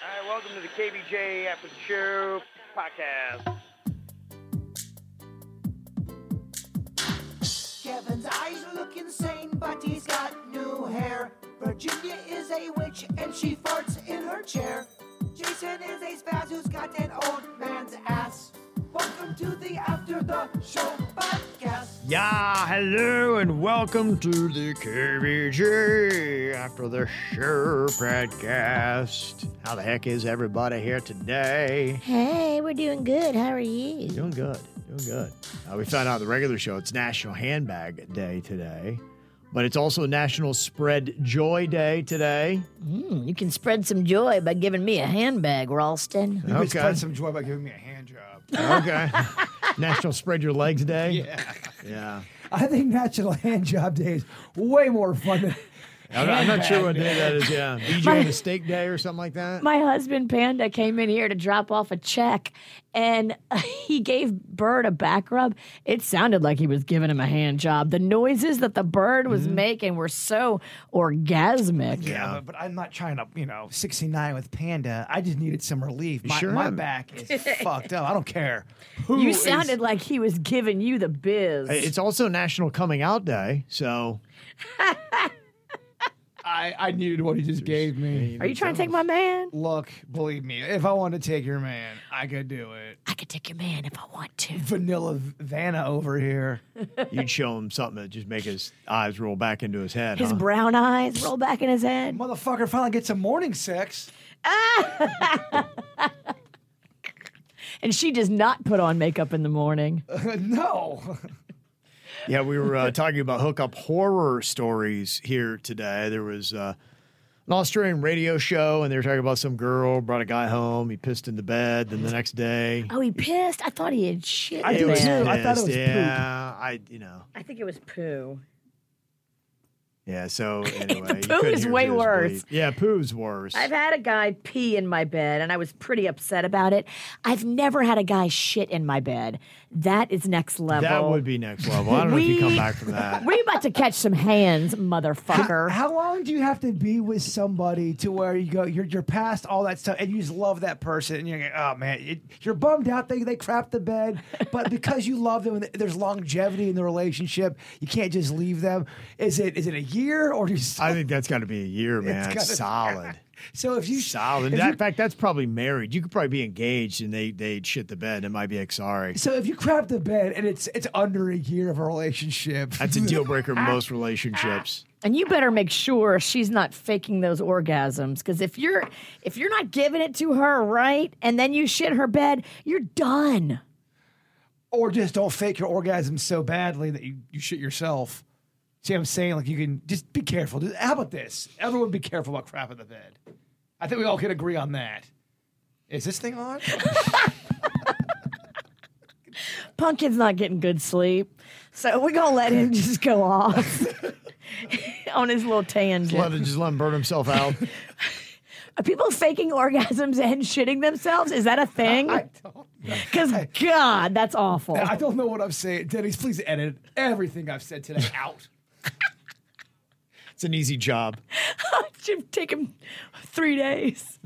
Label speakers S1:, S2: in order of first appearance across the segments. S1: All right, welcome to the KBJ Aperture Podcast.
S2: Kevin's eyes look insane, but he's got new hair. Virginia is a witch and she farts in her chair. Jason is a spaz who's got an old man's ass. Welcome to the After the Show podcast.
S1: Yeah, hello, and welcome to the KBJ After the Show Podcast. How the heck is everybody here today?
S3: Hey, we're doing good. How are you?
S1: Doing good, doing good. Uh, we found out the regular show, it's National Handbag Day today, but it's also National Spread Joy Day today.
S3: Mm, you can spread some joy by giving me a handbag, Ralston.
S4: You
S1: Okay.
S4: okay. spread some joy by giving me a hand job.
S1: Okay. National Spread Your Legs Day.
S4: Yeah.
S1: Yeah.
S4: I think National Hand Job Day is way more fun than
S1: I'm not, I'm not sure what day that is. Yeah. BJ Mistake Day or something like that.
S3: My husband Panda came in here to drop off a check, and he gave Bird a back rub. It sounded like he was giving him a hand job. The noises that the bird was making were so orgasmic.
S4: yeah, but, but I'm not trying to, you know, 69 with Panda. I just needed some relief. My,
S1: Sure.
S4: my back is fucked up. I don't care. Who
S3: You
S4: is-
S3: sounded like he was giving you the biz.
S1: It's also National Coming Out Day, so
S4: I, I needed what he just gave me.
S3: are you trying to take my man?
S4: Look, believe me, if I wanted to take your man, I could do it.
S3: I could take your man if I want to.
S4: Vanilla Vanna over here.
S1: you'd show him something that just make his eyes roll back into his head.
S3: His
S1: huh?
S3: brown eyes roll back in his head.
S4: Motherfucker finally gets some morning sex.
S3: And she does not put on makeup in the morning.
S4: no.
S1: yeah, we were uh, talking about hookup horror stories here today. There was uh, an Australian radio show, and they were talking about some girl brought a guy home. He pissed in the bed. Then the next day,
S3: Oh, he pissed? I thought he had shit.
S4: I
S3: in
S4: do
S3: the
S4: too.
S3: bed.
S4: I thought
S1: pissed.
S4: it was poop.
S1: yeah, I you know
S3: I think it was poo.
S1: yeah. So anyway, you
S3: poo
S1: couldn't
S3: is
S1: hear
S3: way
S1: his bleed.
S3: worse.
S1: Yeah, poo's worse.
S3: I've had a guy pee in my bed and I was pretty upset about it. I've never had a guy shit in my bed. That is next level.
S1: that would be next level. I don't know if you come
S3: We-
S1: back from that.
S3: We're about to catch some hands, motherfucker.
S4: How long do you have to be with somebody to where you go, you're, you're past all that stuff, and you just love that person, and you're like, oh man, it, you're bummed out they they crap the bed, but because you love them, and there's longevity in the relationship. You can't just leave them. Is it is it a year or do you?
S1: I think that's got to be a year, man.
S4: gotta-
S1: solid,
S4: so if you
S1: solid.
S4: if
S1: That-
S4: you-
S1: in fact, that's probably married. You could probably be engaged, and they they shit the bed. It might be like, sorry,
S4: so if you crap the bed and it's it's under a year of a relationship,
S1: that's a deal breaker in most relationships.
S3: And you better make sure she's not faking those orgasms because if you're if you're not giving it to her right and then you shit her bed, you're done.
S4: or just don't fake your orgasm so badly that you, you shit yourself. See what I'm saying? Like you can just be careful. Just- How about this? Everyone be careful about crap in the bed. I think we all can agree on that. Is this thing on?
S3: Pumpkin's not getting good sleep, so we're gonna let him just go off on his little tangent.
S1: Let it just let him burn himself out.
S3: Are people faking orgasms and shitting themselves? Is that a thing?
S4: I don't. know.
S3: Because God, that's awful.
S4: I don't know what I'm saying. Denny's, please edit everything I've said today out.
S1: it's an easy job.
S3: it should take him three days.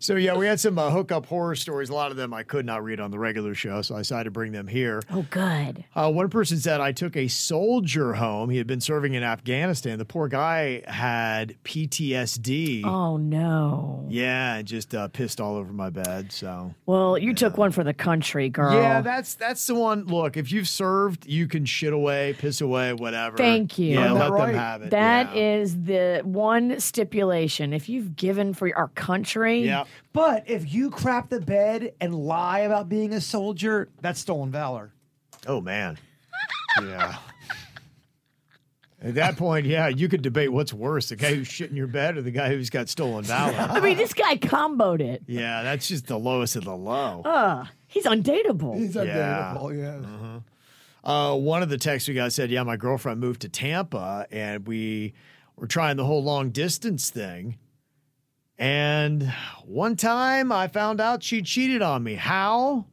S1: So yeah, we had some uh, hookup horror stories. A lot of them I could not read on the regular show, so I decided to bring them here.
S3: Oh, good.
S1: Uh, one person said, I took a soldier home. He had been serving in Afghanistan. The poor guy had PTSD.
S3: Oh no.
S1: Yeah, and just uh, pissed all over my bed. So
S3: Well, you took one for the country, girl.
S1: Yeah, that's that's the one. Look, if you've served, you can shit away, piss away, whatever.
S3: Thank you.
S1: Yeah,
S3: Isn't
S1: let
S4: that
S1: them
S4: right?
S1: have it.
S3: That
S1: yeah.
S3: is the one stipulation. If you've given for our country,
S1: Yep.
S4: But if you crap the bed and lie about being a soldier, that's stolen valor.
S1: Oh man. yeah. At that point, yeah, you could debate what's worse: the guy who's shit in your bed or the guy who's got stolen
S3: I
S1: valor.
S3: mean, this guy comboed it.
S1: yeah, that's just the lowest of the low.
S3: Ugh, he's undateable.
S4: He's
S1: Yeah.
S4: undateable, yeah.
S1: Uh, one of the texts we got said, "Yeah, my girlfriend moved to Tampa, and we were trying the whole long distance thing. And one time, I found out she cheated on me. How?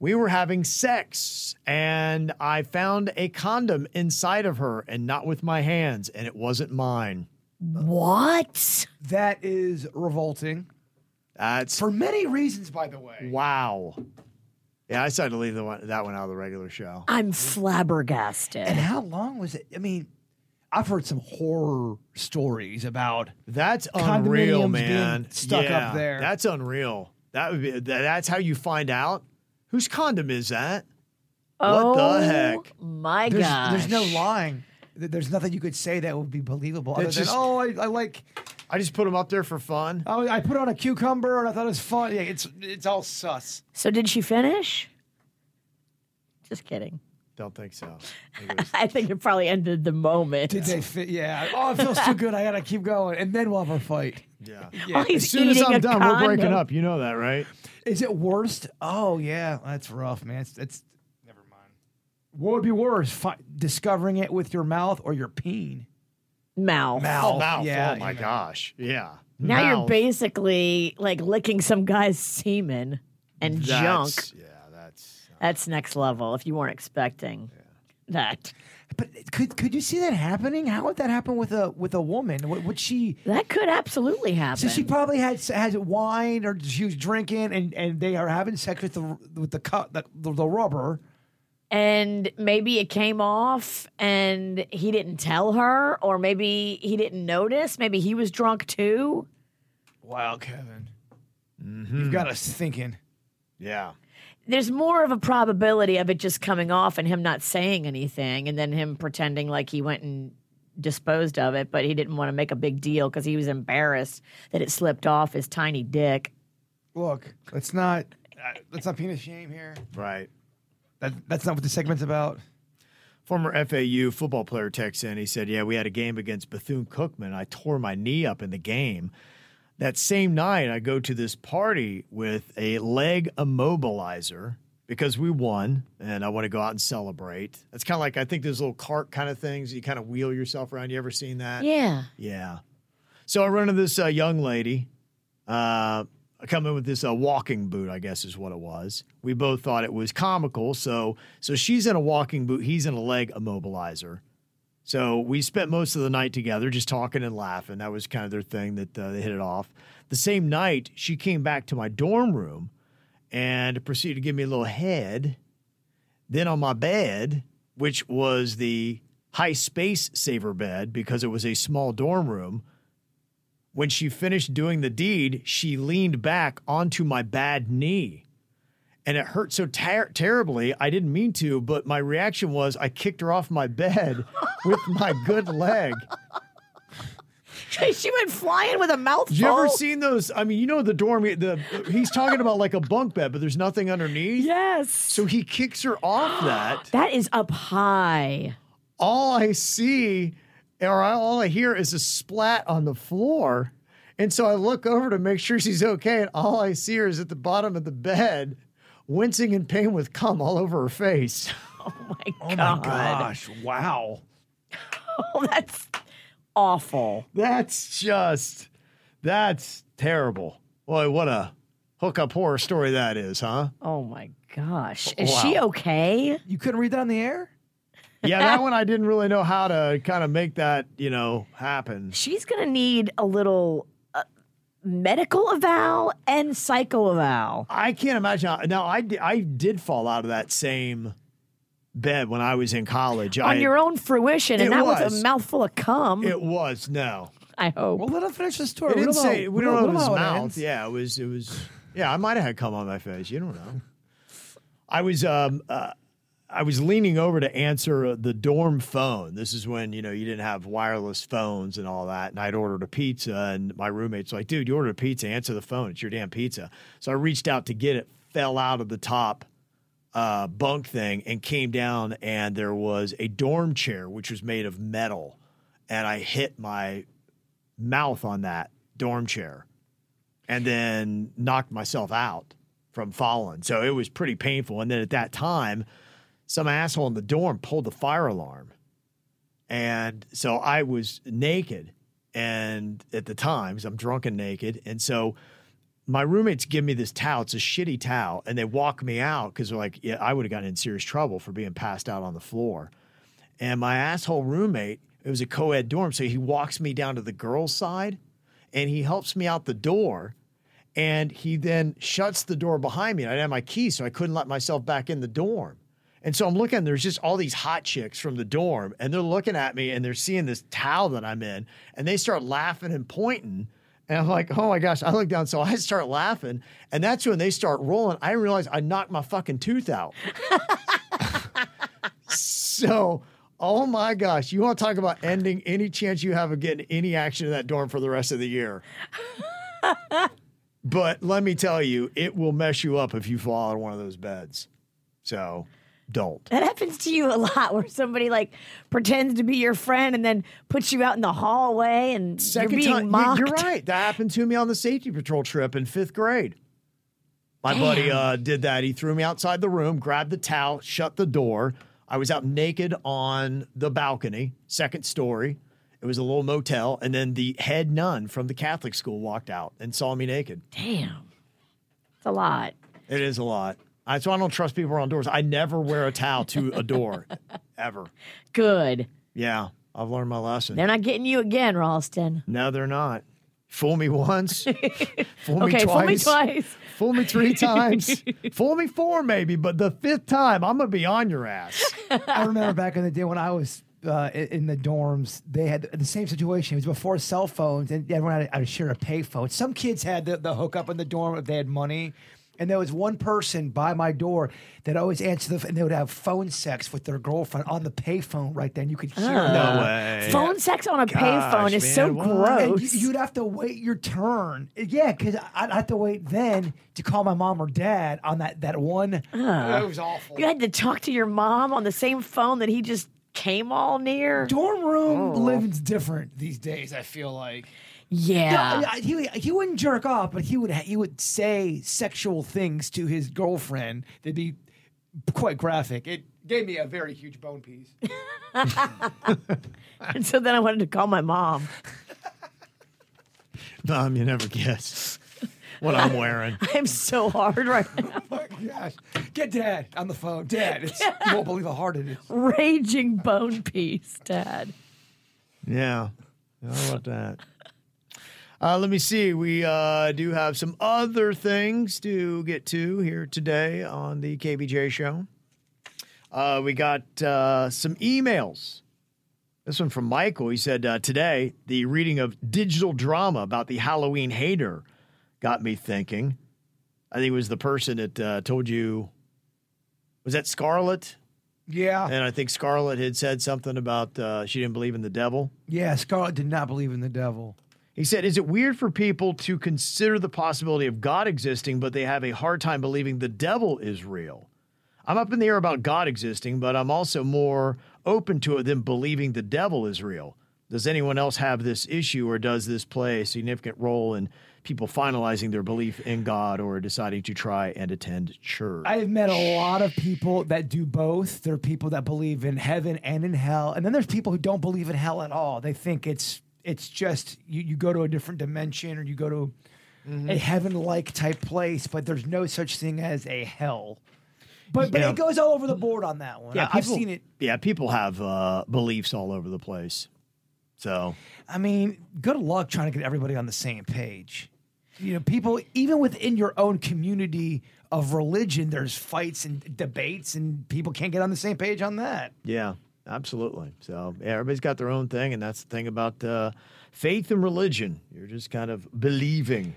S1: We were having sex, and I found a condom inside of her, and not with my hands, and it wasn't mine.
S3: What?
S4: That is revolting
S1: That's
S4: for many reasons, by the way.
S1: wow. Yeah, I decided to leave the one, that one out of the regular show.
S3: I'm
S4: And
S3: flabbergasted.
S4: how long was it? I mean, I've heard some horror stories about.
S1: That's
S4: Condominiums
S1: unreal,
S4: being
S1: man.
S4: stuck up
S1: Yeah,
S4: there.
S1: That's unreal. That would be. That, that's how you find out whose condom is that.
S3: oh,
S1: What the heck?
S3: My
S4: There's,
S3: gosh.
S4: there's no lying. Th- There's nothing you could say that would be believable. Other
S1: That's
S4: than,
S1: just-
S4: oh, I, I like.
S1: I just put them up there for fun.
S4: Oh, I put on a cucumber and I thought it was fun. Yeah, it's it's all sus.
S3: So did she finish? Just kidding.
S1: Don't think so.
S3: I think it probably ended the moment.
S4: Did they fit? Yeah. Oh, it feels too good. I gotta keep going, and then we'll have our fight.
S1: Yeah.
S3: While he's
S1: As soon as
S3: eating a
S1: I'm done, we're breaking
S3: condom.
S1: up. You know that, right?
S4: Is it worst? Oh yeah, that's rough, man. It's, it's never mind. What would be worse, fi- discovering it with your mouth or your peen?
S3: Mouth.
S4: Mouth.
S1: Oh, mouth.
S4: Yeah,
S1: oh my
S4: yeah.
S1: gosh. Yeah.
S3: Now you're
S1: Mouth.
S3: basically like licking some guy's semen and junk.
S1: That's- Yeah, that's.
S3: That's next level if you weren't expecting that.
S4: But could could you see that happening? How would that happen with a with a woman? Would, would she?
S3: That could absolutely happen.
S4: So she probably had had wine or she was drinking, and, and they are having sex with the with the cut the, the, the rubber.
S3: and maybe it came off and he didn't tell her, or maybe he didn't notice. Maybe he was drunk too.
S4: Wow, Kevin, you've got us thinking.
S1: Yeah.
S3: There's more of a probability of it just coming off and him not saying anything and then him pretending like he went and disposed of it, but he didn't want to make a big deal because he was embarrassed that it slipped off his tiny dick.
S4: Look, let's not uh, let's not penis shame here.
S1: Right.
S4: That that's not what the segment's about.
S1: Former FAU football player texts in. He said, Yeah, we had a game against Bethune Cookman. I tore my knee up in the game. That same night, I go to this party with a leg immobilizer because we won and I want to go out and celebrate. That's kind of like, I think those little cart kind of things you kind of wheel yourself around. You ever seen that?
S3: Yeah.
S1: Yeah. So I run into this uh, young lady. Uh, I come in with this uh, walking boot, I guess is what it was. We both thought it was comical. So, so she's in a walking boot. He's in a leg immobilizer. So we spent most of the night together, just talking and laughing. That was kind of their thing that uh, they hit it off. The same night, she came back to my dorm room and proceeded to give me a little head. Then on my bed, which was the high space saver bed because it was a small dorm room, when she finished doing the deed, she leaned back onto my bad knee. And it hurt so ter- terribly. I didn't mean to, but my reaction was I kicked her off my bed with my good leg.
S3: she went flying with a mouthful.
S1: You ever seen those? I mean, you know the dorm. The he's talking about like a bunk bed, but there's nothing underneath.
S3: Yes.
S1: So he kicks her off that.
S3: that is up high.
S1: all I see or I- all I hear is a splat on the floor. And so I look over to make sure she's okay. And all I see her is at the bottom of the bed, wincing in pain with cum all over her face.
S3: Oh My
S1: Oh
S3: God.
S4: Gosh, wow.
S3: Oh, that's awful.
S1: That's just, that's terrible. Boy, what a hookup horror story that is, huh?
S3: Oh my gosh. Is she okay?
S4: You couldn't read that on the air?
S1: Yeah, that one I didn't really know how to kind of make that, you know, happen.
S3: She's going to need a little uh, medical eval and psycho eval.
S1: I can't imagine. How, now, I, di- I did fall out of that same bed when I was in college. I,
S3: On your own fruition,
S1: It
S3: and that was.
S1: was.
S3: a mouthful of cum.
S1: It was no.
S3: I hope.
S4: Well, let him finish the story.
S1: It didn't
S4: know
S1: say.
S4: how-
S1: We don't know
S4: we
S1: if his
S4: how it
S1: mouth.
S4: ends.
S1: Yeah, it was. It was. Yeah, I might have had cum on my face. You don't know. I was. Um. Uh, I was leaning over to answer uh, the dorm phone. This is when you know you didn't have wireless phones and all that. And I'd ordered a pizza, and my roommate's like, "Dude, you ordered a pizza. Answer the phone. It's your damn pizza." So I reached out to get it. Fell out of the top uh, bunk thing and came down, and there was a dorm chair which was made of metal, and I hit my mouth on that dorm chair, and then knocked myself out from falling. So it was pretty painful. And then at that time, some asshole in the dorm pulled the fire alarm. And so I was naked and at the time, because I'm drunk and naked. And so my roommates give me this towel. It's a shitty towel. And they walk me out because they're like, yeah, I would have gotten in serious trouble for being passed out on the floor. And my asshole roommate, it was a co ed dorm. So he walks me down to the girls' side and he helps me out the door. And he then shuts the door behind me. And I didn't have my key, so I couldn't let myself back in the dorm. And so I'm looking, there's just all these hot chicks from the dorm, and they're looking at me and they're seeing this towel that I'm in, and they start laughing and pointing. And I'm like, oh my gosh, I look down. So I start laughing. And that's when they start rolling. I realize I knocked my fucking tooth out. so, oh my gosh, you want to talk about ending any chance you have of getting any action in that dorm for the rest of the year? but let me tell you, it will mess you up if you fall out of one of those beds. So don't.
S3: That happens to you a lot where somebody like pretends to be your friend and then puts you out in the hallway and you're being
S1: you-
S3: mocked.
S1: You're right. That happened to me on the safety patrol trip in fifth grade. My buddy uh, did that. He threw me outside the room, grabbed the towel, shut the door. I was out naked on the balcony, second story. It was a little motel. And then the head nun from the Catholic school walked out and saw me naked.
S3: Damn. It's a lot.
S1: It is a lot. That's why I don't trust people around doors. I never wear a towel to a door, ever.
S3: Good.
S1: Yeah, I've learned my lesson.
S3: They're not getting you again, Ralston.
S1: No, they're not. Fool me once. fool me
S3: Okay,
S1: twice.
S3: fool me twice.
S1: Fool me three times. fool me four, maybe, but the fifth time, I'm going to be on your ass.
S4: I remember back in the day when I was uh, in in the dorms, they had the same situation. It was before cell phones, and everyone had, had to share a payphone. Some kids had the, the hookup in the dorm if they had money. And there was one person by my door that always answered the f- and they would have phone sex with their girlfriend on the payphone right then. You could hear it.
S1: No way.
S3: Phone sex on a payphone is
S1: man,
S3: so
S1: what?
S4: And
S3: Ah, gross.
S4: you- you'd have to wait your turn. Yeah, because I'd have to wait then to call my mom or dad on that, that one. It was awful.
S3: Ah. You had to talk to your mom on the same phone that he just came all near.
S4: Dorm
S3: Oh.
S4: room living's different these days, I feel like.
S3: Yeah.
S4: No, I- he, he wouldn't jerk off, but he would ha- he would say sexual things to his girlfriend. They'd be quite graphic. It gave me a very huge bone piece. Oh
S3: And so then I wanted to call my mom.
S1: Mom, you never guess what I'm wearing.
S3: I'm so hard right now.
S4: oh my gosh! Get dad on the phone. Dad, it's, you won't believe how hard it is.
S3: Raging bone piece, Dad.
S1: Yeah. How about that? Uh, let me see. We uh, do have some other things to get to here today on the KBJ show. Uh, we got uh, some emails. This one from Michael. He said, uh, Today, the reading of digital drama about the Halloween hater got me thinking. I think it was the person that uh, told you, was that Scarlett?
S4: Yeah,
S1: And I think Scarlett had said something about uh, she didn't believe in the devil.
S4: yeah. Scarlett did not believe in the devil.
S1: He said, Is it weird for people to consider the possibility of God existing, but they have a hard time believing the devil is real? I'm up in the air about God existing, but I'm also more open to it than believing the devil is real. Does anyone else have this issue, or does this play a significant role in people finalizing their belief in God or deciding to try and attend church?
S4: I've met a lot of people that do both. There are people that believe in heaven and in hell, and then there's people who don't believe in hell at all. They think it's it's just you, you go to a different dimension or you go to
S1: Mm-hmm.
S4: a heaven like type place, but there's no such thing as a hell. But but
S1: Yeah.
S4: it goes all over the board on that one. I, have seen it.
S1: Uh, Yeah, people have uh, beliefs all over the place. So
S4: I mean, good luck trying to get everybody on the same page. You know, people even within your own community of religion, there's fights and debates, and people can't get on the same page on that.
S1: Yeah, absolutely. So yeah, everybody's got their own thing, and that's the thing about uh, faith and religion. You're just kind of believing,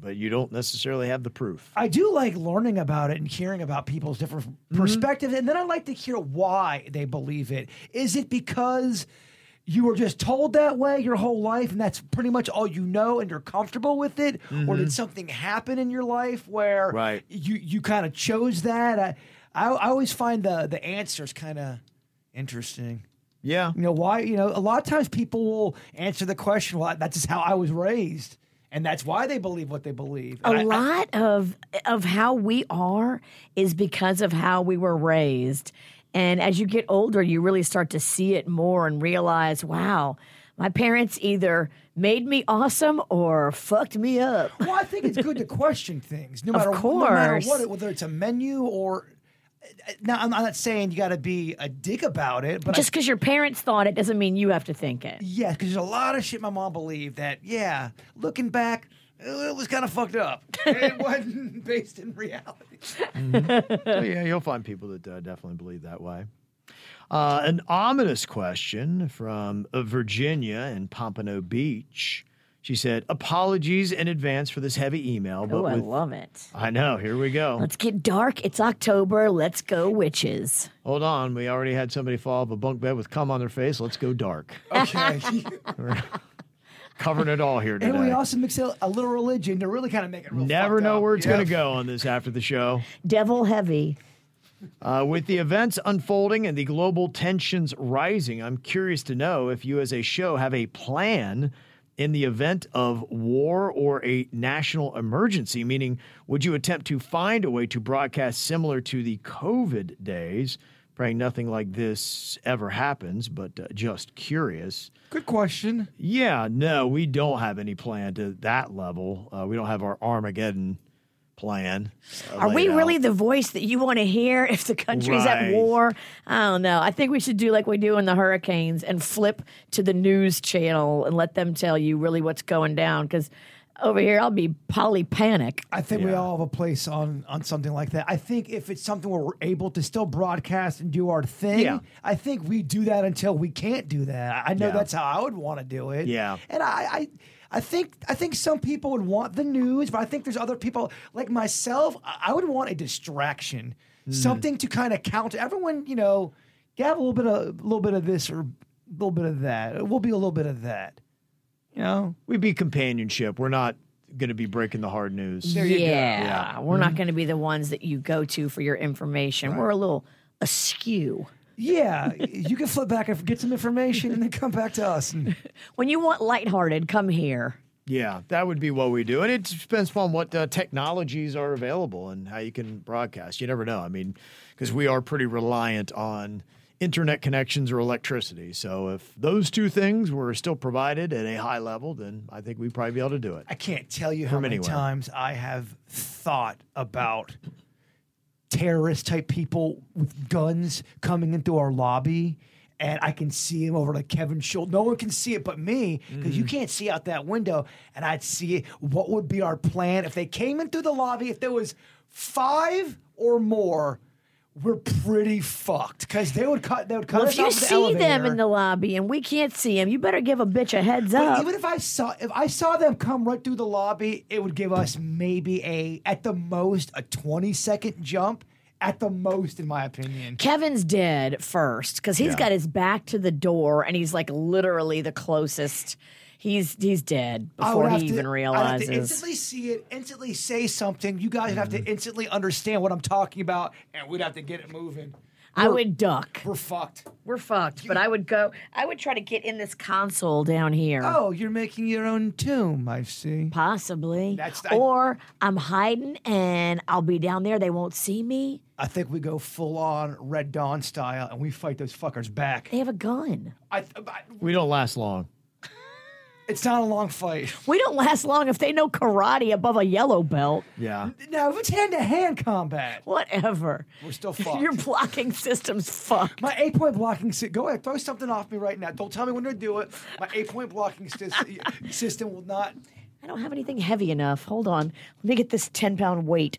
S1: but you don't necessarily have the proof.
S4: I do like learning about it and hearing about people's different perspectives. And then I like to hear why they believe it. Is it because you were just told that way your whole life and that's pretty much all you know and you're comfortable with it? Or did something happen in your life where
S1: Right.
S4: you, you kind of chose that? I, I, I always find the the answers kind of interesting.
S1: Yeah.
S4: You know why? You know, a lot of times people will answer the question, "Well, that's just how I was raised," and that's why they believe what they believe.
S3: a
S4: And I- I-
S3: lot of of how we are is because of how we were raised and as you get older you really start to see it more and realize wow my parents either made me awesome or fucked me up
S4: Well, I think it's good to question things, no matter, no matter
S3: course.
S4: what, it- whether it's a menu or. Now, I'm I'm not saying you got to be a dick about it, but I-
S3: just because your parents thought it doesn't mean you have to think it
S4: yeah, because there's a lot of shit my mom believed that. Yeah, looking back, uh, it was kind of fucked up. it wasn't based in reality.
S1: Oh, yeah, you'll find people that uh, definitely believe that way. Uh, an ominous question from uh, Virginia in Pompano Beach. She said, "Apologies in advance for this heavy email, but
S3: oh i
S1: with-
S3: love it
S1: I know. Here we go.
S3: let's get dark it's october let's go witches
S1: Hold on. We already had somebody fall off a bunk bed with cum on their face. Let's go dark.
S4: Okay.
S1: Covering it all here today.
S4: and we also mix a, a little religion to really kind of make it real
S1: Never
S4: fucked
S1: know
S4: up.
S1: where it's
S4: Yeah.
S1: going to go on this after the show.
S3: devil heavy
S1: Uh, with the events unfolding and the global tensions rising, I'm curious to know if you, as a show, have a plan in the event of war or a national emergency. Meaning, would you attempt to find a way to broadcast similar to the COVID days? Praying nothing like this ever happens, but uh, just curious.
S4: Good question.
S1: Yeah, no, we don't have any plan to that level. Uh, we don't have our Armageddon plan. uh,
S3: Are we
S1: laid out.
S3: really the voice that you want to hear if the country's
S1: Right.
S3: at war? I don't know. I think we should do like we do in the hurricanes and flip to the news channel and let them tell you really what's going down. Because over here, I'll be poly panic.
S4: I think we
S1: Yeah.
S4: all have a place on on something like that. I think if it's something where we're able to still broadcast and do our thing,
S1: Yeah.
S4: I think we do that until we can't do that. I I know
S1: Yeah.
S4: that's how I would want to do it.
S1: Yeah.
S4: and I. I I think I think some people would want the news, but I think there's other people like myself. I I would want a distraction,
S1: Mm.
S4: something to kind of counter. Everyone, you know, have a little bit of a little bit of this or a little bit of that. We'll be a little bit of that, you know.
S1: We'd be companionship. We're not going to be breaking the hard news.
S3: yeah.
S1: Yeah. Mm-hmm.
S3: we're not going to be the ones that you go to for your information. We're a little askew.
S4: Yeah, you can flip back and get some information and then come back to us. And
S3: When you want lighthearted, come here.
S1: Yeah, that would be what we do. And it depends upon what uh, technologies are available and how you can broadcast. You never know. I mean, because we are pretty reliant on internet connections or electricity. So if those two things were still provided at a high level, then I think we'd probably be able to do it.
S4: I can't tell you how
S1: From
S4: many
S1: anywhere.
S4: times I have thought about terrorist type people with guns coming into our lobby. And I can see him over like Kevin Schultz. No one can see it but me because
S3: Mm-hmm.
S4: you can't see out that window. And I'd see it. What would be our plan if they came in through the lobby? If there was five or more, we're pretty fucked because they would cut. They would cut.
S3: Well,
S4: us
S3: if you
S4: off at the
S3: see them
S4: elevator.
S3: in the lobby and we can't see them, you better give a bitch a heads
S4: But
S3: up.
S4: even if I saw if I saw them come right through the lobby, it would give us maybe a at the most a twenty second jump. At the most, in my opinion.
S3: Kevin's dead first because he's
S1: Yeah.
S3: got his back to the door and he's like literally the closest. He's he's dead
S4: I would
S3: before
S4: have
S3: he
S4: to-
S3: even
S4: I'd have
S3: realizes.
S4: to instantly see it, instantly say something. You guys would have to instantly understand what I'm talking about, and we'd have to get it moving.
S3: I would duck.
S4: We're fucked.
S3: We're fucked. But I would go. I would try to get in this console down here.
S4: Oh, you're making your own tomb, I see.
S3: Possibly.
S4: That's- I-
S3: or I'm hiding and I'll be down there. They won't see me.
S4: I think we go full on Red Dawn style, and we fight those fuckers back.
S3: They have a gun.
S4: I, I,
S1: We don't last long.
S4: it's not a long fight.
S3: We don't last long if they know karate above a yellow belt.
S1: Yeah.
S4: Now, if it's hand to hand combat,
S3: Whatever.
S4: We're still fucked.
S3: Your blocking system's fucked.
S4: My eight point blocking system. Go ahead, throw something off me right now. Don't tell me when to do it. My eight point blocking system, system will not.
S3: I don't have anything heavy enough. Hold on. Let me get this 10 pound weight.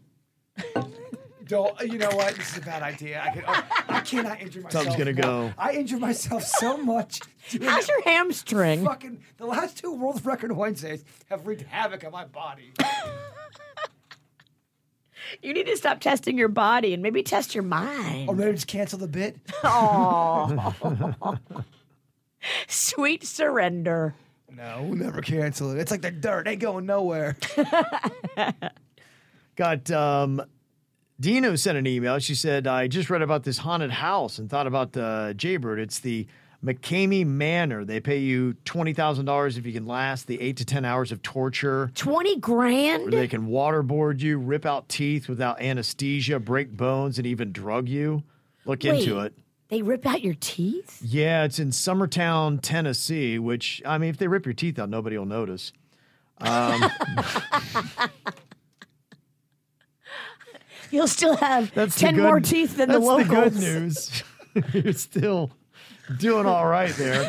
S4: Don't. You know what? This is a bad idea. I, can, oh, I cannot injure myself.
S1: Something's gonna go.
S4: I injure myself so much. doing
S3: How's
S4: that
S3: your hamstring?
S4: Fucking the last two world record Wednesdays have wreaked havoc on my body.
S3: You need to stop testing your body and maybe test your
S4: Or
S3: mind.
S4: maybe Oh, just cancel the bit.
S3: Sweet surrender.
S4: No, we'll never cancel it. It's like the dirt. Ain't going nowhere.
S1: Got um, Dino sent an email. She said, I just read about this haunted house and thought about uh, Jaybird. It's the McCamey Manor. They pay you $20,000 if you can last the eight to 10 hours of torture.
S3: Twenty grand.
S1: Where they can waterboard you, rip out teeth without anesthesia, break bones, and even drug you. Look into
S3: Wait,
S1: it.
S3: They rip out your teeth?
S1: Yeah, it's in Summertown, Tennessee, which, I mean, if they rip your teeth out, nobody will notice.
S3: You'll still have
S1: That's the
S3: ten
S1: good-
S3: more teeth than the
S1: that's
S3: locals.
S1: good news. You're still doing all right there.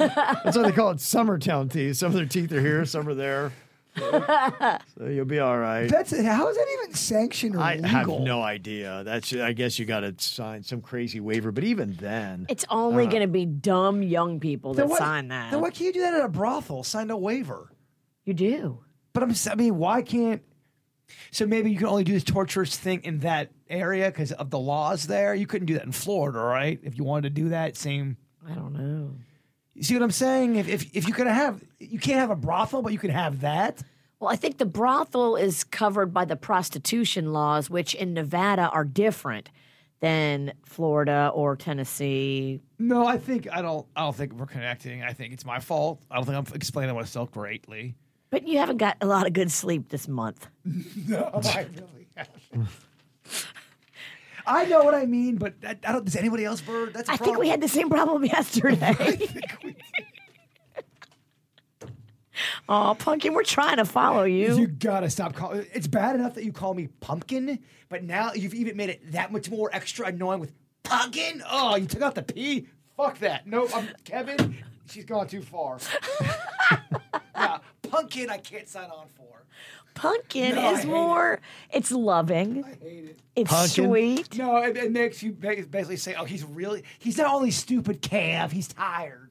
S1: That's why they call it Summertown teeth. Some of their teeth are here, some are there. So you'll be all right.
S4: That's how is that even sanctioned or
S1: I
S4: legal?
S1: have no idea. That's I guess you got to sign some crazy waiver, but even then,
S3: It's only going to be dumb young people that
S4: Then why-
S3: sign that.
S4: Then why can't you do that at a brothel? Sign a waiver.
S3: you do.
S4: But I'm, s- I mean, why can't? So maybe you can only do this torturous thing in that area because of the laws there. You couldn't do that in Florida, right? If you wanted to do that, same.
S3: I don't know.
S4: You see what I'm saying? If if if you could have, you can't have a brothel, but you can have that.
S3: Well, I think the brothel is covered by the prostitution laws, which in Nevada are different than Florida or Tennessee.
S4: No, I think I don't. I don't think we're connecting. I think it's my fault. I don't think I'm explaining myself greatly.
S3: But you haven't got a lot of good sleep this month.
S4: No, I really haven't. I know what I mean, but I, I don't. Does anybody else, Bird? That's a
S3: I think we
S4: problem.
S3: had the same problem yesterday. Oh, Pumpkin, we're trying to follow
S4: You
S3: you.
S4: gotta stop calling. It's bad enough that you call me pumpkin, but now you've even made it that much more extra annoying with pumpkin. Oh, you took out the P. Fuck that. No, I'm Kevin. She's gone too far. yeah, pumpkin. I can't sign on for.
S3: Pumpkin
S4: No, I
S3: is
S4: hate it.
S3: more, it's loving,
S4: I hate it.
S3: it's
S1: Pumpkin?
S3: sweet.
S4: No, it, it makes you ba- basically say, "Oh, he's really. He's not only stupid, Cav. He's tired."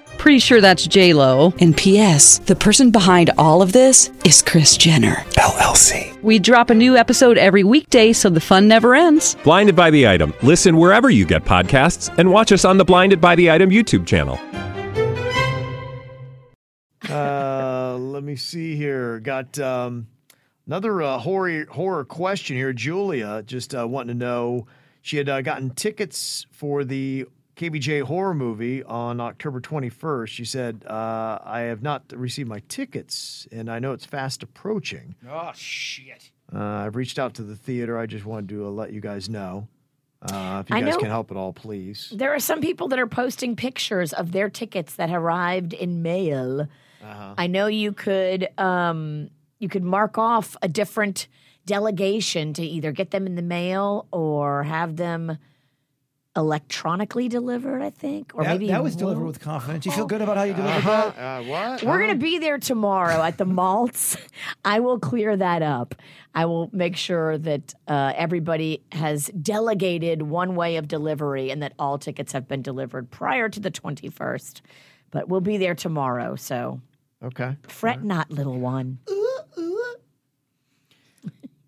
S5: Pretty sure that's J Lo.
S6: And P.S. The person behind all of this is Chris Jenner.
S7: LLC.
S5: We drop a new episode every weekday, so the fun never ends.
S7: Blinded by the item. Listen wherever you get podcasts, and watch us on the Blinded by the Item YouTube channel.
S1: uh, let me see here. Got um, another uh, horror horror question here. Julia just uh, wanting to know she had uh, gotten tickets for the KBJ horror movie on October 21st. She said, uh, "I have not received my tickets, and I know it's fast approaching.
S4: Oh shit.
S1: Uh, I've reached out to the theater. I just wanted to uh, let you guys know." Uh, if you
S3: I
S1: guys
S3: know-
S1: can help at all, please.
S3: There are some people that are posting pictures of their tickets that arrived in mail.
S4: Uh-huh.
S3: I know you could um, you could mark off a different delegation to either get them in the mail or have them electronically delivered. I think, or
S4: That,
S3: maybe
S4: that was Uh-huh. delivered
S3: we'll-
S4: with confidence. You feel good about how you delivered that?
S1: Uh, what?
S3: We're gonna be there tomorrow at the malts. I will clear that up. I will make sure that uh, everybody has delegated one way of delivery and that all tickets have been delivered prior to the twenty first. But we'll be there tomorrow, so
S1: Okay.
S3: fret not, little one.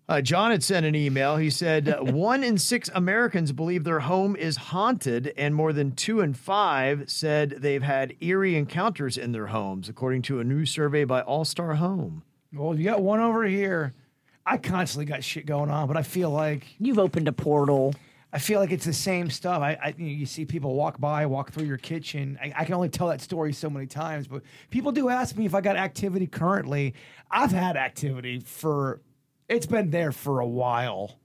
S1: Uh, John had sent an email. He said, uh, One in six Americans believe their home is haunted, and more than two in five said they've had eerie encounters in their homes, according to a new survey by All Star Home.
S4: Well, you got one over here. I constantly got shit going on, but I feel like
S3: You've opened a portal.
S4: I feel like it's the same stuff. I, I you, know, you see people walk by, walk through your kitchen. I, I can only tell that story so many times, but people do ask me if I got activity currently. I've had activity for it's been there for a while.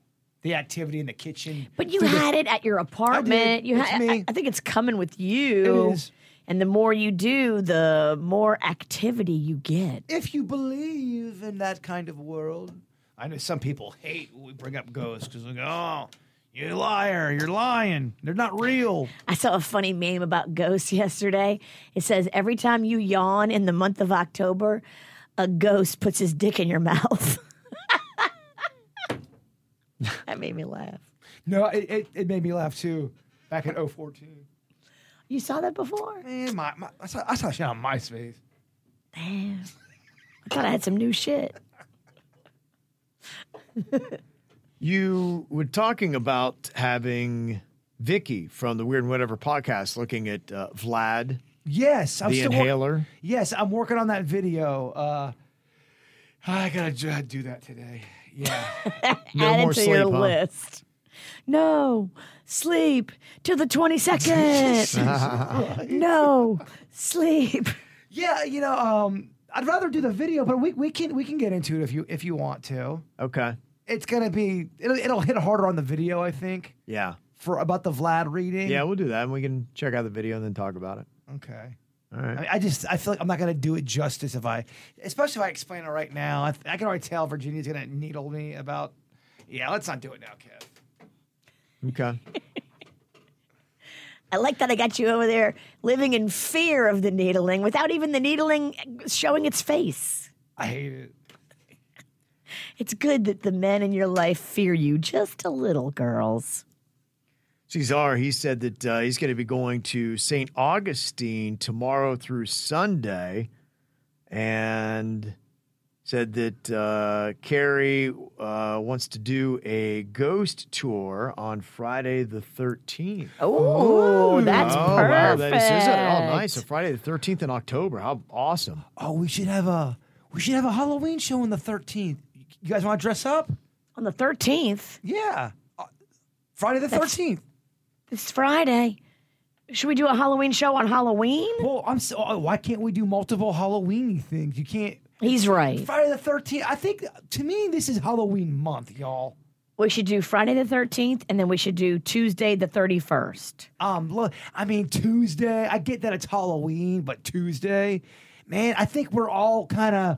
S4: The activity in the kitchen.
S3: But you had it at your apartment. You
S4: It's
S3: had.
S4: me.
S3: I, I think it's coming with you.
S4: is.
S3: And the more you do, the more activity you get.
S4: If you believe in that kind of world, I know some people hate when we bring up ghosts because they go, "Oh, you liar! You're lying. They're not real."
S3: I saw a funny meme about ghosts yesterday. It says every time you yawn in the month of October, a ghost puts his dick in your mouth. that made me laugh.
S4: No, it, it, it made me laugh too. Back in 014.
S3: You saw that before?
S4: Man, Eh, my, my, I, saw, I saw shit on MySpace.
S3: Damn. I thought I had some new shit.
S1: You were talking about having Vicky from the Weird and Whatever podcast looking at uh, Vlad,
S4: Yes, I'm
S1: the
S4: still wor-
S1: inhaler.
S4: yes, I'm working on that video. Uh, I gotta j- do that today. Yeah,
S1: No
S3: Add
S1: more
S3: it to your
S1: sleep, huh?
S3: list. No, sleep till the 22nd. no, sleep.
S4: yeah. You know, um, I'd rather do the video, but we, we can we can get into it if you if you want to.
S1: Okay.
S4: It's gonna be it'll, it'll hit harder on the video, I think,
S1: Yeah.
S4: for about the Vlad reading.
S1: Yeah, we'll do that and we can check out the video and then talk about it.
S4: Okay.
S1: All right.
S4: I, mean, I just I feel like I'm not gonna do it justice if I, especially if I explain it right now. I, th- I can already tell Virginia's gonna needle me about. Yeah, let's not do it now, Kev.
S1: Okay.
S3: I like that I got you over there living in fear of the needling without even the needling showing its face.
S4: I hate it.
S3: It's good that the men in your life fear you just a little, girls.
S1: Cesar, he said that uh, he's going to be going to St. Augustine tomorrow through Sunday and said that uh, Carrie uh, wants to do a ghost tour on Friday the 13th.
S3: Oh, that's
S1: oh, wow.
S3: perfect.
S1: That is, is that- oh, nice. So Friday the 13th in October. How awesome.
S4: Oh, we should have a we should have a Halloween show on the 13th. You guys want to dress up?
S3: On the 13th,
S4: Yeah, Uh, Friday the 13th.
S3: it's Friday. Should we do a Halloween show on Halloween?
S4: Well, I'm so. oh, Why can't we do multiple Halloween things? You can't.
S3: He's right.
S4: Friday the 13th. I think to me this is Halloween month, y'all.
S3: We should do Friday the 13th and then we should do Tuesday the 31st.
S4: Um, look, I mean Tuesday. I get that it's Halloween, but Tuesday, man, I think we're all kind of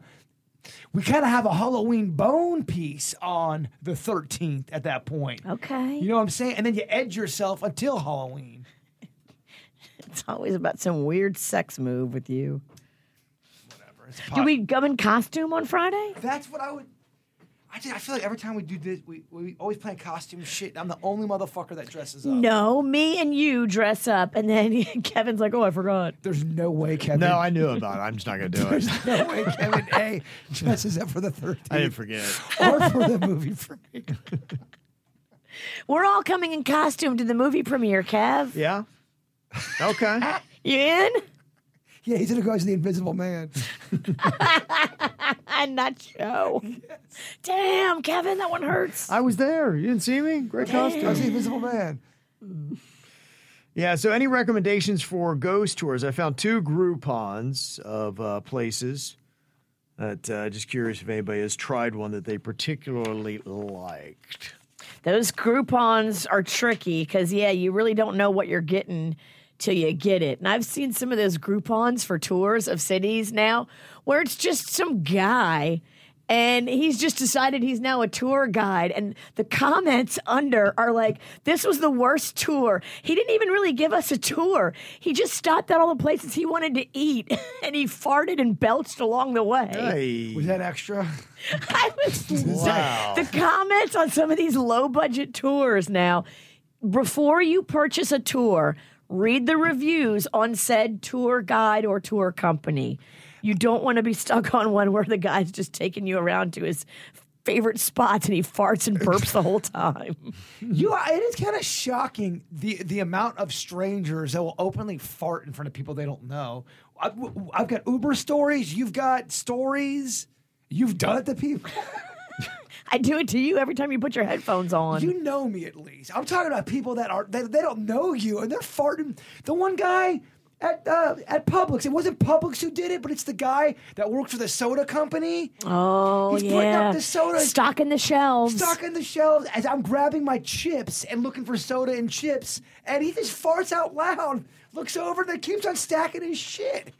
S4: we kind of have a Halloween bone piece on the 13th at that point.
S3: Okay.
S4: You know what I'm saying? And then you edge yourself until Halloween.
S3: it's always about some weird sex move with you.
S4: It's
S3: Do
S4: pot-
S3: we go in costume on Friday?
S4: That's what I would. I just I feel like every time we do this, we, we always plan costume shit. I'm the only motherfucker that dresses up.
S3: No, me and you dress up, and then Kevin's like, "Oh, I forgot."
S4: There's no way Kevin.
S1: No, I knew about it. I'm just not going to do it.
S4: there's no way Kevin A dresses up for the 13th
S1: I didn't forget.
S4: or for the movie premiere.
S3: We're all coming in costume to the movie premiere, Kev.
S1: Yeah. Okay.
S3: You in?
S4: Yeah, he's gonna go as the Invisible Man.
S3: I'm not Joe. Damn, Kevin, that one hurts.
S1: I was there. You didn't see me? Great costume.
S4: I was the Invisible Man.
S1: Yeah. So, any recommendations for ghost tours? I found two Groupons of uh, places. That uh, just curious if anybody has tried one that they particularly liked.
S3: Those Groupons are tricky because, yeah, you really don't know what you're getting till you get it. And I've seen some of those Groupons for tours of cities now where it's just some guy and he's just decided he's now a tour guide. And the comments under are like, this was the worst tour. He didn't even really give us a tour. He just stopped at all the places he wanted to eat and he farted and belched along the way.
S1: Hey,
S4: Was that extra?
S3: I was
S1: Wow.
S3: the comments on some of these low budget tours now. Before you purchase a tour, read the reviews on said tour guide or tour company. You don't want to be stuck on one where the guy's just taking you around to his favorite spots and he farts and burps the whole time.
S4: You are, it is kind of shocking the the amount of strangers that will openly fart in front of people they don't know. I've, I've got Uber stories. You've got stories. You've done it to people.
S3: I do it to you every time you put your headphones on.
S4: You know me at least. I'm talking about people that are they, they don't know you and they're farting. The one guy at uh, at Publix. It wasn't Publix who did it, but it's the guy that worked for the soda company.
S3: Oh
S4: He's
S3: yeah.
S4: putting up the sodas.
S3: Stocking the shelves.
S4: Stocking the shelves as I'm grabbing my chips and looking for soda and chips, and he just farts out loud, looks over, and keeps on stacking his shit.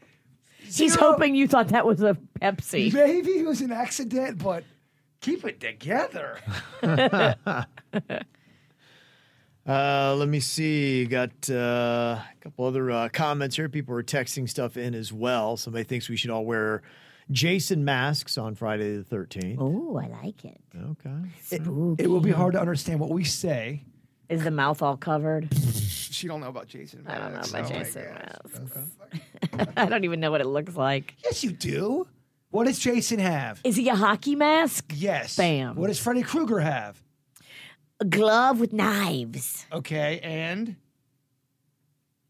S3: He's
S4: Zero-
S3: hoping you thought that was a Pepsi.
S4: Maybe it was an accident, but keep it together.
S1: Uh, let me see. Got uh, a couple other uh, comments here. People are texting stuff in as well. Somebody thinks we should all wear Jason masks on Friday the 13th.
S3: Oh, I like it.
S1: Okay.
S4: It will be hard to understand what we say.
S3: Is the mouth all covered?
S4: She don't know about Jason.
S3: I don't know
S4: Maddox.
S3: about
S4: Oh my
S3: Jason
S4: God.
S3: masks. I don't even know what it looks like.
S4: Yes, you do. What does Jason have?
S3: Is he a hockey mask?
S4: Yes.
S3: Bam.
S4: What does Freddy Krueger have?
S3: A glove with knives.
S4: Okay, and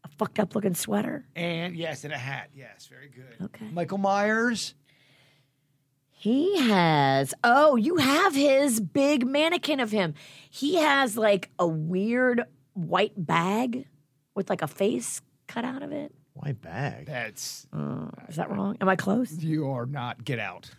S3: A fucked up looking sweater.
S4: and yes, and a hat. Yes, very good.
S3: Okay.
S4: Michael Myers.
S3: He has. Oh, you have his big mannequin of him. He has like a weird white bag with like a face cut out of it.
S1: Why bag?
S4: That's
S3: Is that wrong? Am I close?
S4: you are not. Get out.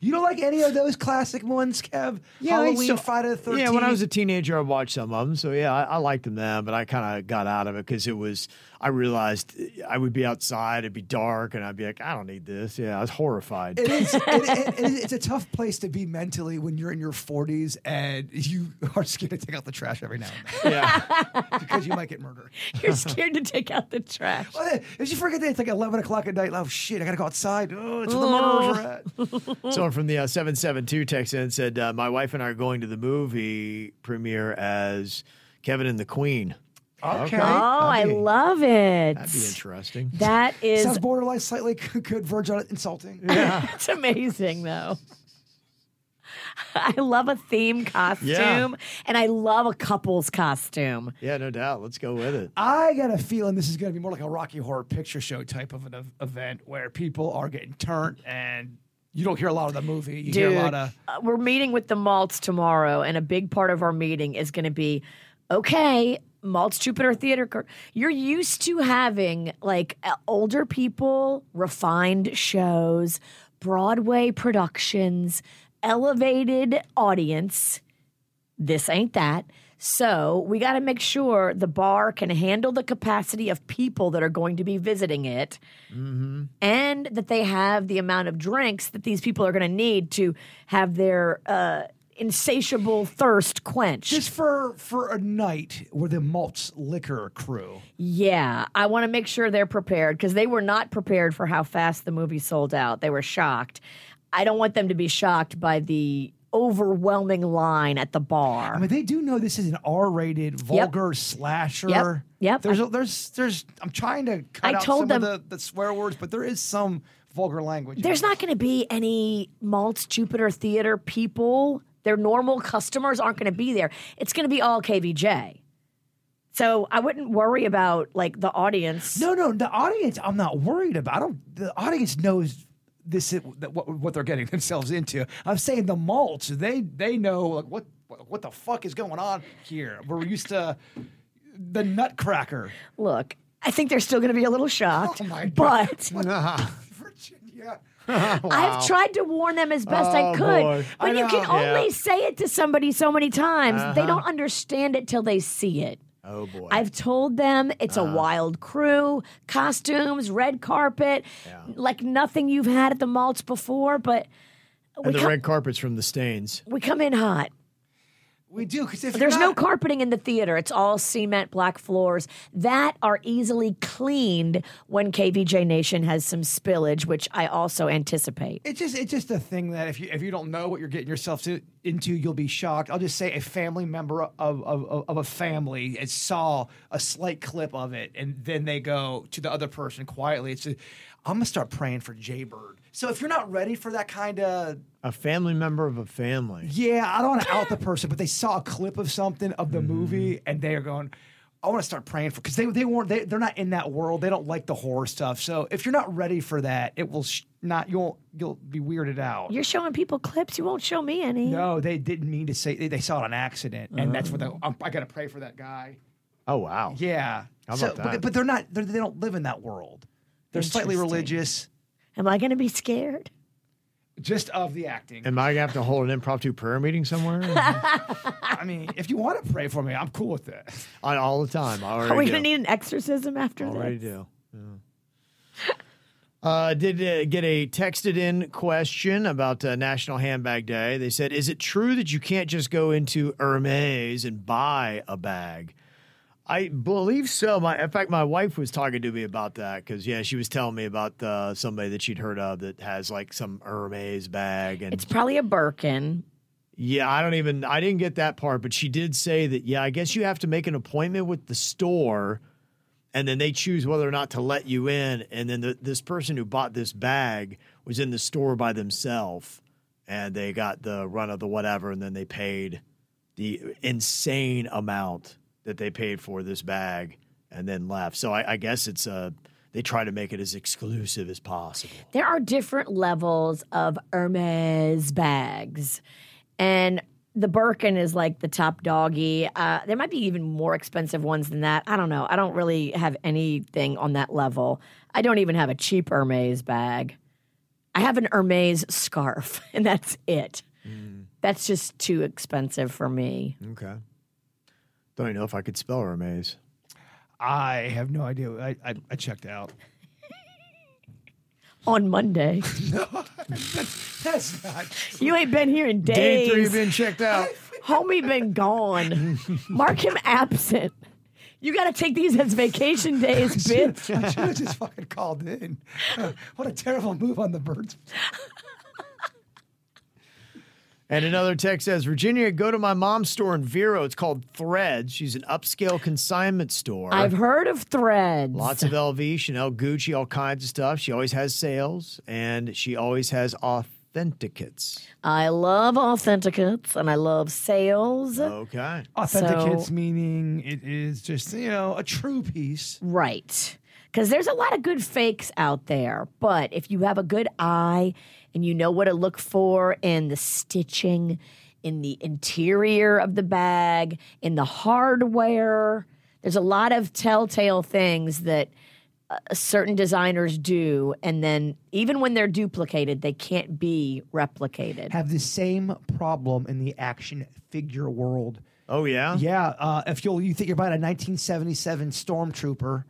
S4: you don't like any of those classic ones, Kev?
S1: I
S4: Halloween,
S1: still-
S4: Friday the Thirteenth.
S1: Yeah, when I was a teenager, I watched some of them. So yeah, I, I liked them then, but I kind of got out of it because it was. I realized eh, I would be outside, it'd be dark, and I'd be like, I don't need this. Yeah, I was horrified.
S4: it is, it, it, it is. It's a tough place to be mentally when you're in your 40s and you are scared to take out the trash every now and then
S1: yeah,
S4: because you might get murdered.
S3: You're scared to take out the trash.
S4: Oh, yeah, If you forget that it's like 11 o'clock at night, oh shit, I gotta go outside. Oh, it's where the murderers are at.
S1: Someone from the uh, 772 text in said, uh, My wife and I are going to the movie premiere as Kevin and the Queen.
S4: Okay.
S3: Oh, I
S1: That'd be-
S3: love it.
S1: That'd be interesting.
S3: That is
S4: Sounds borderline slightly c- could verge on insulting.
S3: It's amazing though. I love a theme costume
S1: Yeah.
S3: and I love a couple's costume.
S1: Yeah, no doubt. Let's go with it.
S4: I got a feeling this is gonna be more like a Rocky Horror Picture Show type of an ev- event where people are getting turned and you don't hear a lot of the movie. You hear a lot of.
S3: uh, we're meeting with the malts tomorrow, and a big part of our meeting is going to be okay, malts Jupiter Theater. Cor- You're used to having like uh, older people, refined shows, Broadway productions, elevated audience. This ain't that. So we got to make sure the bar can handle the capacity of people that are going to be visiting it and that they have the amount of drinks that these people are going to need to have their uh, insatiable thirst quenched.
S4: Just for for a night where the malts liquor crew.
S3: yeah, I want to make sure they're prepared because they were not prepared for how fast the movie sold out. They were shocked. I don't want them to be shocked by the overwhelming line at the bar.
S4: I mean, they do know this is an R-rated, vulgar slasher.
S3: Yep. Yep.
S4: There's, a, there's, there's. I'm trying to cut
S3: I
S4: out
S3: told
S4: some
S3: them-
S4: of the, the swear words, but there is some vulgar language. in
S3: There's
S4: this.
S3: not going to be any Maltz Jupiter Theater people. Their normal customers aren't going to be there. It's going to be all KVJ. So I wouldn't worry about like the audience.
S4: No, no. The audience, I'm not worried about. I don't. The audience knows this is that what what they're getting themselves into. I'm saying the malts. They they know like what what what the fuck is going on here. We're used to the Nutcracker,
S3: Look, I think they're still going to be a little shocked.
S4: Oh, my God.
S3: but
S4: Virginia.
S3: I've tried to warn them as best I
S1: Oh,
S3: could.
S1: boy.
S3: But
S4: I
S3: you can
S4: know.
S3: only say it to somebody so many times. They don't understand it till they see it.
S1: Uh-huh. Oh, boy. Uh-huh.
S3: I've told them it's a wild crew, costumes, red carpet, like nothing you've had at the malts before, but we,
S1: and the
S3: come,
S1: red carpet's from the stains.
S3: we come in hot.
S4: We do because if
S3: There's
S4: you're
S3: no
S4: not-
S3: carpeting in the theater. It's all cement, black floors that are easily cleaned when KVJ Nation has some spillage, which I also anticipate.
S4: It's just it's just a thing that if you if you don't know what you're getting yourself to, into, you'll be shocked. I'll just say a family member of of, of of a family it saw a slight clip of it, and then they go to the other person quietly. It's i I'm gonna start praying for Jaybird. So if you're not ready for that kind of
S1: A family member of a family.
S4: yeah, I don't want to out the person, but they saw a clip of something of the movie, and they are going. I want to start praying for because they they weren't they, they're not in that world. They don't like the horror stuff. So if you're not ready for that, it will sh- not you'll you'll be weirded out.
S3: You're showing people clips. You won't show me any.
S4: um, No, they didn't mean to say. They, they saw it on accident, and that's what the, I'm, I got to pray for that guy.
S1: Oh wow.
S4: Oh. Yeah.
S1: How
S4: so,
S1: about
S4: But,
S1: that?
S4: but they're not. They're, they don't live in that world. They're slightly
S3: Interesting.
S4: religious,
S3: Am I going to be scared?
S4: just of the acting.
S1: Am I gonna have to hold an impromptu prayer meeting somewhere?
S4: I mean, if you want to pray for me, I'm cool with that.
S1: I, all the time. I already
S3: Are we
S1: do.
S3: going to need an exorcism after
S1: already
S3: this?
S1: do. Yeah. Uh, did uh, get a texted in question about uh, National Handbag Day. They said, "Is it true that you can't just go into Hermes and buy a bag?" I believe so. My, in fact, my wife was talking to me about that because yeah, she was telling me about uh, somebody that she'd heard of that has like some Hermes bag, and
S3: It's probably a Birkin.
S1: yeah, I don't even I didn't get that part, but she did say that yeah, I guess you have to make an appointment with the store and then they choose whether or not to let you in and then the, this person who bought this bag was in the store by themselves and they got the run of the whatever and then they paid the insane amount that they paid for this bag and then left. So I, I guess it's uh they try to make it as exclusive as possible.
S3: There are different levels of Hermes bags, and the Birkin is like the top doggy. Uh, there might be even more expensive ones than that. I don't know. I don't really have anything on that level. I don't even have a cheap Hermes bag. I have an Hermes scarf, and that's it.
S1: Mm.
S3: That's just too expensive for me.
S1: Okay. Don't even know if I could spell Hermes.
S4: I have no idea. I, I, I checked out.
S3: On Monday,
S4: That's not. true.
S3: you ain't been here in days.
S1: Day three been checked out.
S3: Homie been gone. Mark him absent. You gotta take these as vacation days, bitch.
S4: I should have just fucking called in. what a terrible move on the birds.
S1: And another text says, Virginia, go to my mom's store in Vero. It's called Threads. She's an upscale consignment store.
S3: I've heard of threads.
S1: Lots of LV, Chanel, Gucci, all kinds of stuff. She always has sales and she always has authenticates.
S3: I love authenticates and I love sales.
S1: Okay.
S4: Authenticates
S3: So-
S4: meaning it is just you know a true piece.
S3: Right. Because there's a lot of good fakes out there. But if you have a good eye and you know what to look for in the stitching, in the interior of the bag, in the hardware, there's a lot of telltale things that uh, certain designers do. And then even when they're duplicated, they can't be replicated.
S4: Have the same problem in the action figure world.
S1: Oh,
S3: Uh-huh.
S1: yeah?
S4: Yeah, uh, if you'll you think about a 1977 stormtrooper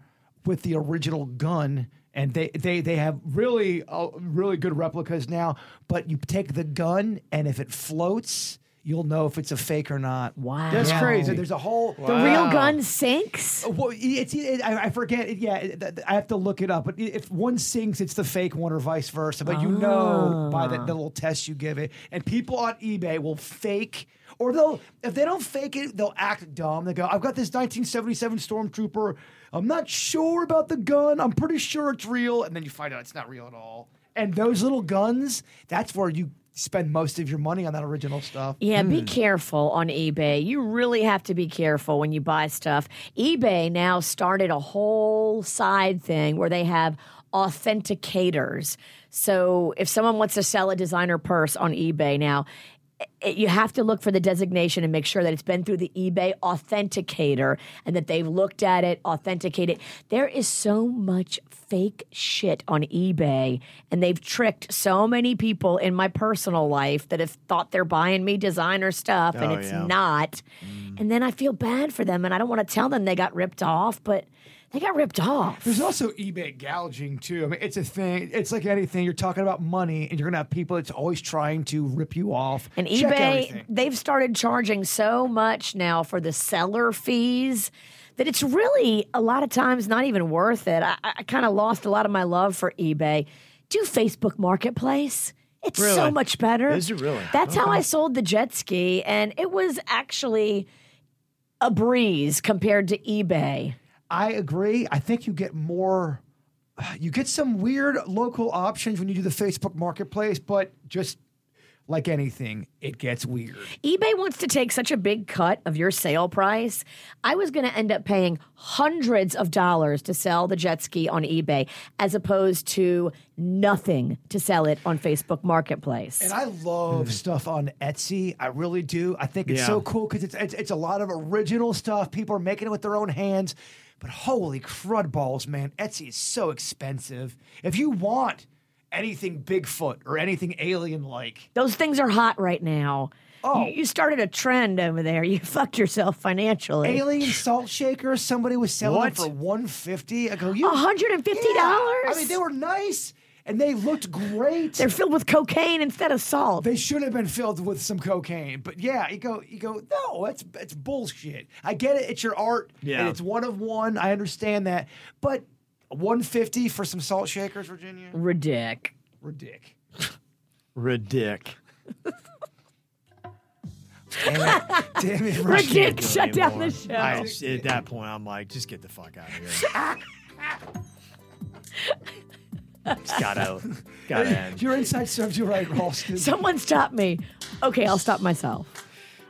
S4: with the original gun, and they they they have really uh, really good replicas now. But you take the gun, and if it floats, you'll know if it's a fake or not.
S3: Wow.
S1: That's
S4: Yeah.
S1: crazy.
S4: So there's a whole
S3: The real
S1: Wow.
S3: gun sinks?
S4: Uh, Well, it- it's it, I, I forget. It, yeah, it, th- I have to look it up. But i- if one sings, it's the fake one, or vice versa. But you know by the, the little test you give it. And people on eBay will fake, or they'll if they don't fake it, they'll act dumb. They go, "I've got this 1977 Stormtrooper. I'm not sure about the gun. I'm pretty sure it's real." And then you find out it's not real at all. And those little guns, that's where you spend most of your money on that original stuff.
S3: Yeah, be careful on eBay. You really have to be careful when you buy stuff. eBay now started a whole side thing where they have authenticators. So if someone wants to sell a designer purse on eBay now, it, you have to look for the designation and make sure that it's been through the eBay authenticator and that they've looked at it, authenticated. There is so much fake shit on eBay, and they've tricked so many people in my personal life that have thought they're buying me designer stuff and
S1: Oh,
S3: it's
S1: yeah. Mm.
S3: not. And then I feel bad for them, and I don't want to tell them they got ripped off, but they got ripped off.
S4: There's also eBay gouging too. I mean, it's a thing. It's like anything. You're talking about money, and you're gonna have people that's always trying to rip you off.
S3: And
S4: Check
S3: eBay,
S4: everything.
S3: they've started charging so much now for the seller fees that it's really a lot of times not even worth it. I, I kind of lost a lot of my love for eBay. Do Facebook Marketplace. It's so
S1: Really?
S3: much better.
S1: Is it really?
S3: That's how I sold the jet ski, and it was actually a breeze compared to eBay.
S4: I agree. I think you get more. You get some weird local options when you do the Facebook Marketplace, but just like anything, it gets weird.
S3: eBay wants to take such a big cut of your sale price. I was going to end up paying hundreds of dollars to sell the jet ski on eBay as opposed to nothing to sell it on Facebook Marketplace.
S4: And I love stuff on Etsy. I really do. I think it's
S1: Hmm. Yeah.
S4: so cool because it's, it's it's a lot of original stuff. People are making it with their own hands. But holy crud balls, man! Etsy is so expensive. If you want anything Bigfoot or anything alien-like,
S3: Those things are hot right now.
S4: Oh.
S3: You, you started a trend over there. You fucked yourself financially.
S4: alien salt shaker, somebody was selling
S1: Oh, What?
S4: it for one fifty. I go, you
S3: $150?
S4: Yeah. I mean, they were nice and they looked great.
S3: They're filled with cocaine instead of salt.
S4: They should have been filled with some cocaine. But yeah, you go, you go. No, that's that's bullshit. I get it. It's your art.
S1: Yeah.
S4: and it's one of one. I understand that. But 150 for some salt shakers, Virginia.
S3: Ridic.
S4: Ridic.
S1: Ridic.
S4: Damn it, Damn it, Virginia.
S3: Ridic, shut down the show.
S1: I, at that point, I'm like, just get the fuck out of here. It's gotta, gotta end.
S4: Your insight serves you right, Ralston.
S3: Someone stop me. Okay, I'll stop myself.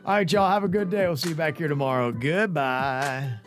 S1: All right, y'all. Have a good day. We'll see you back here tomorrow. Goodbye.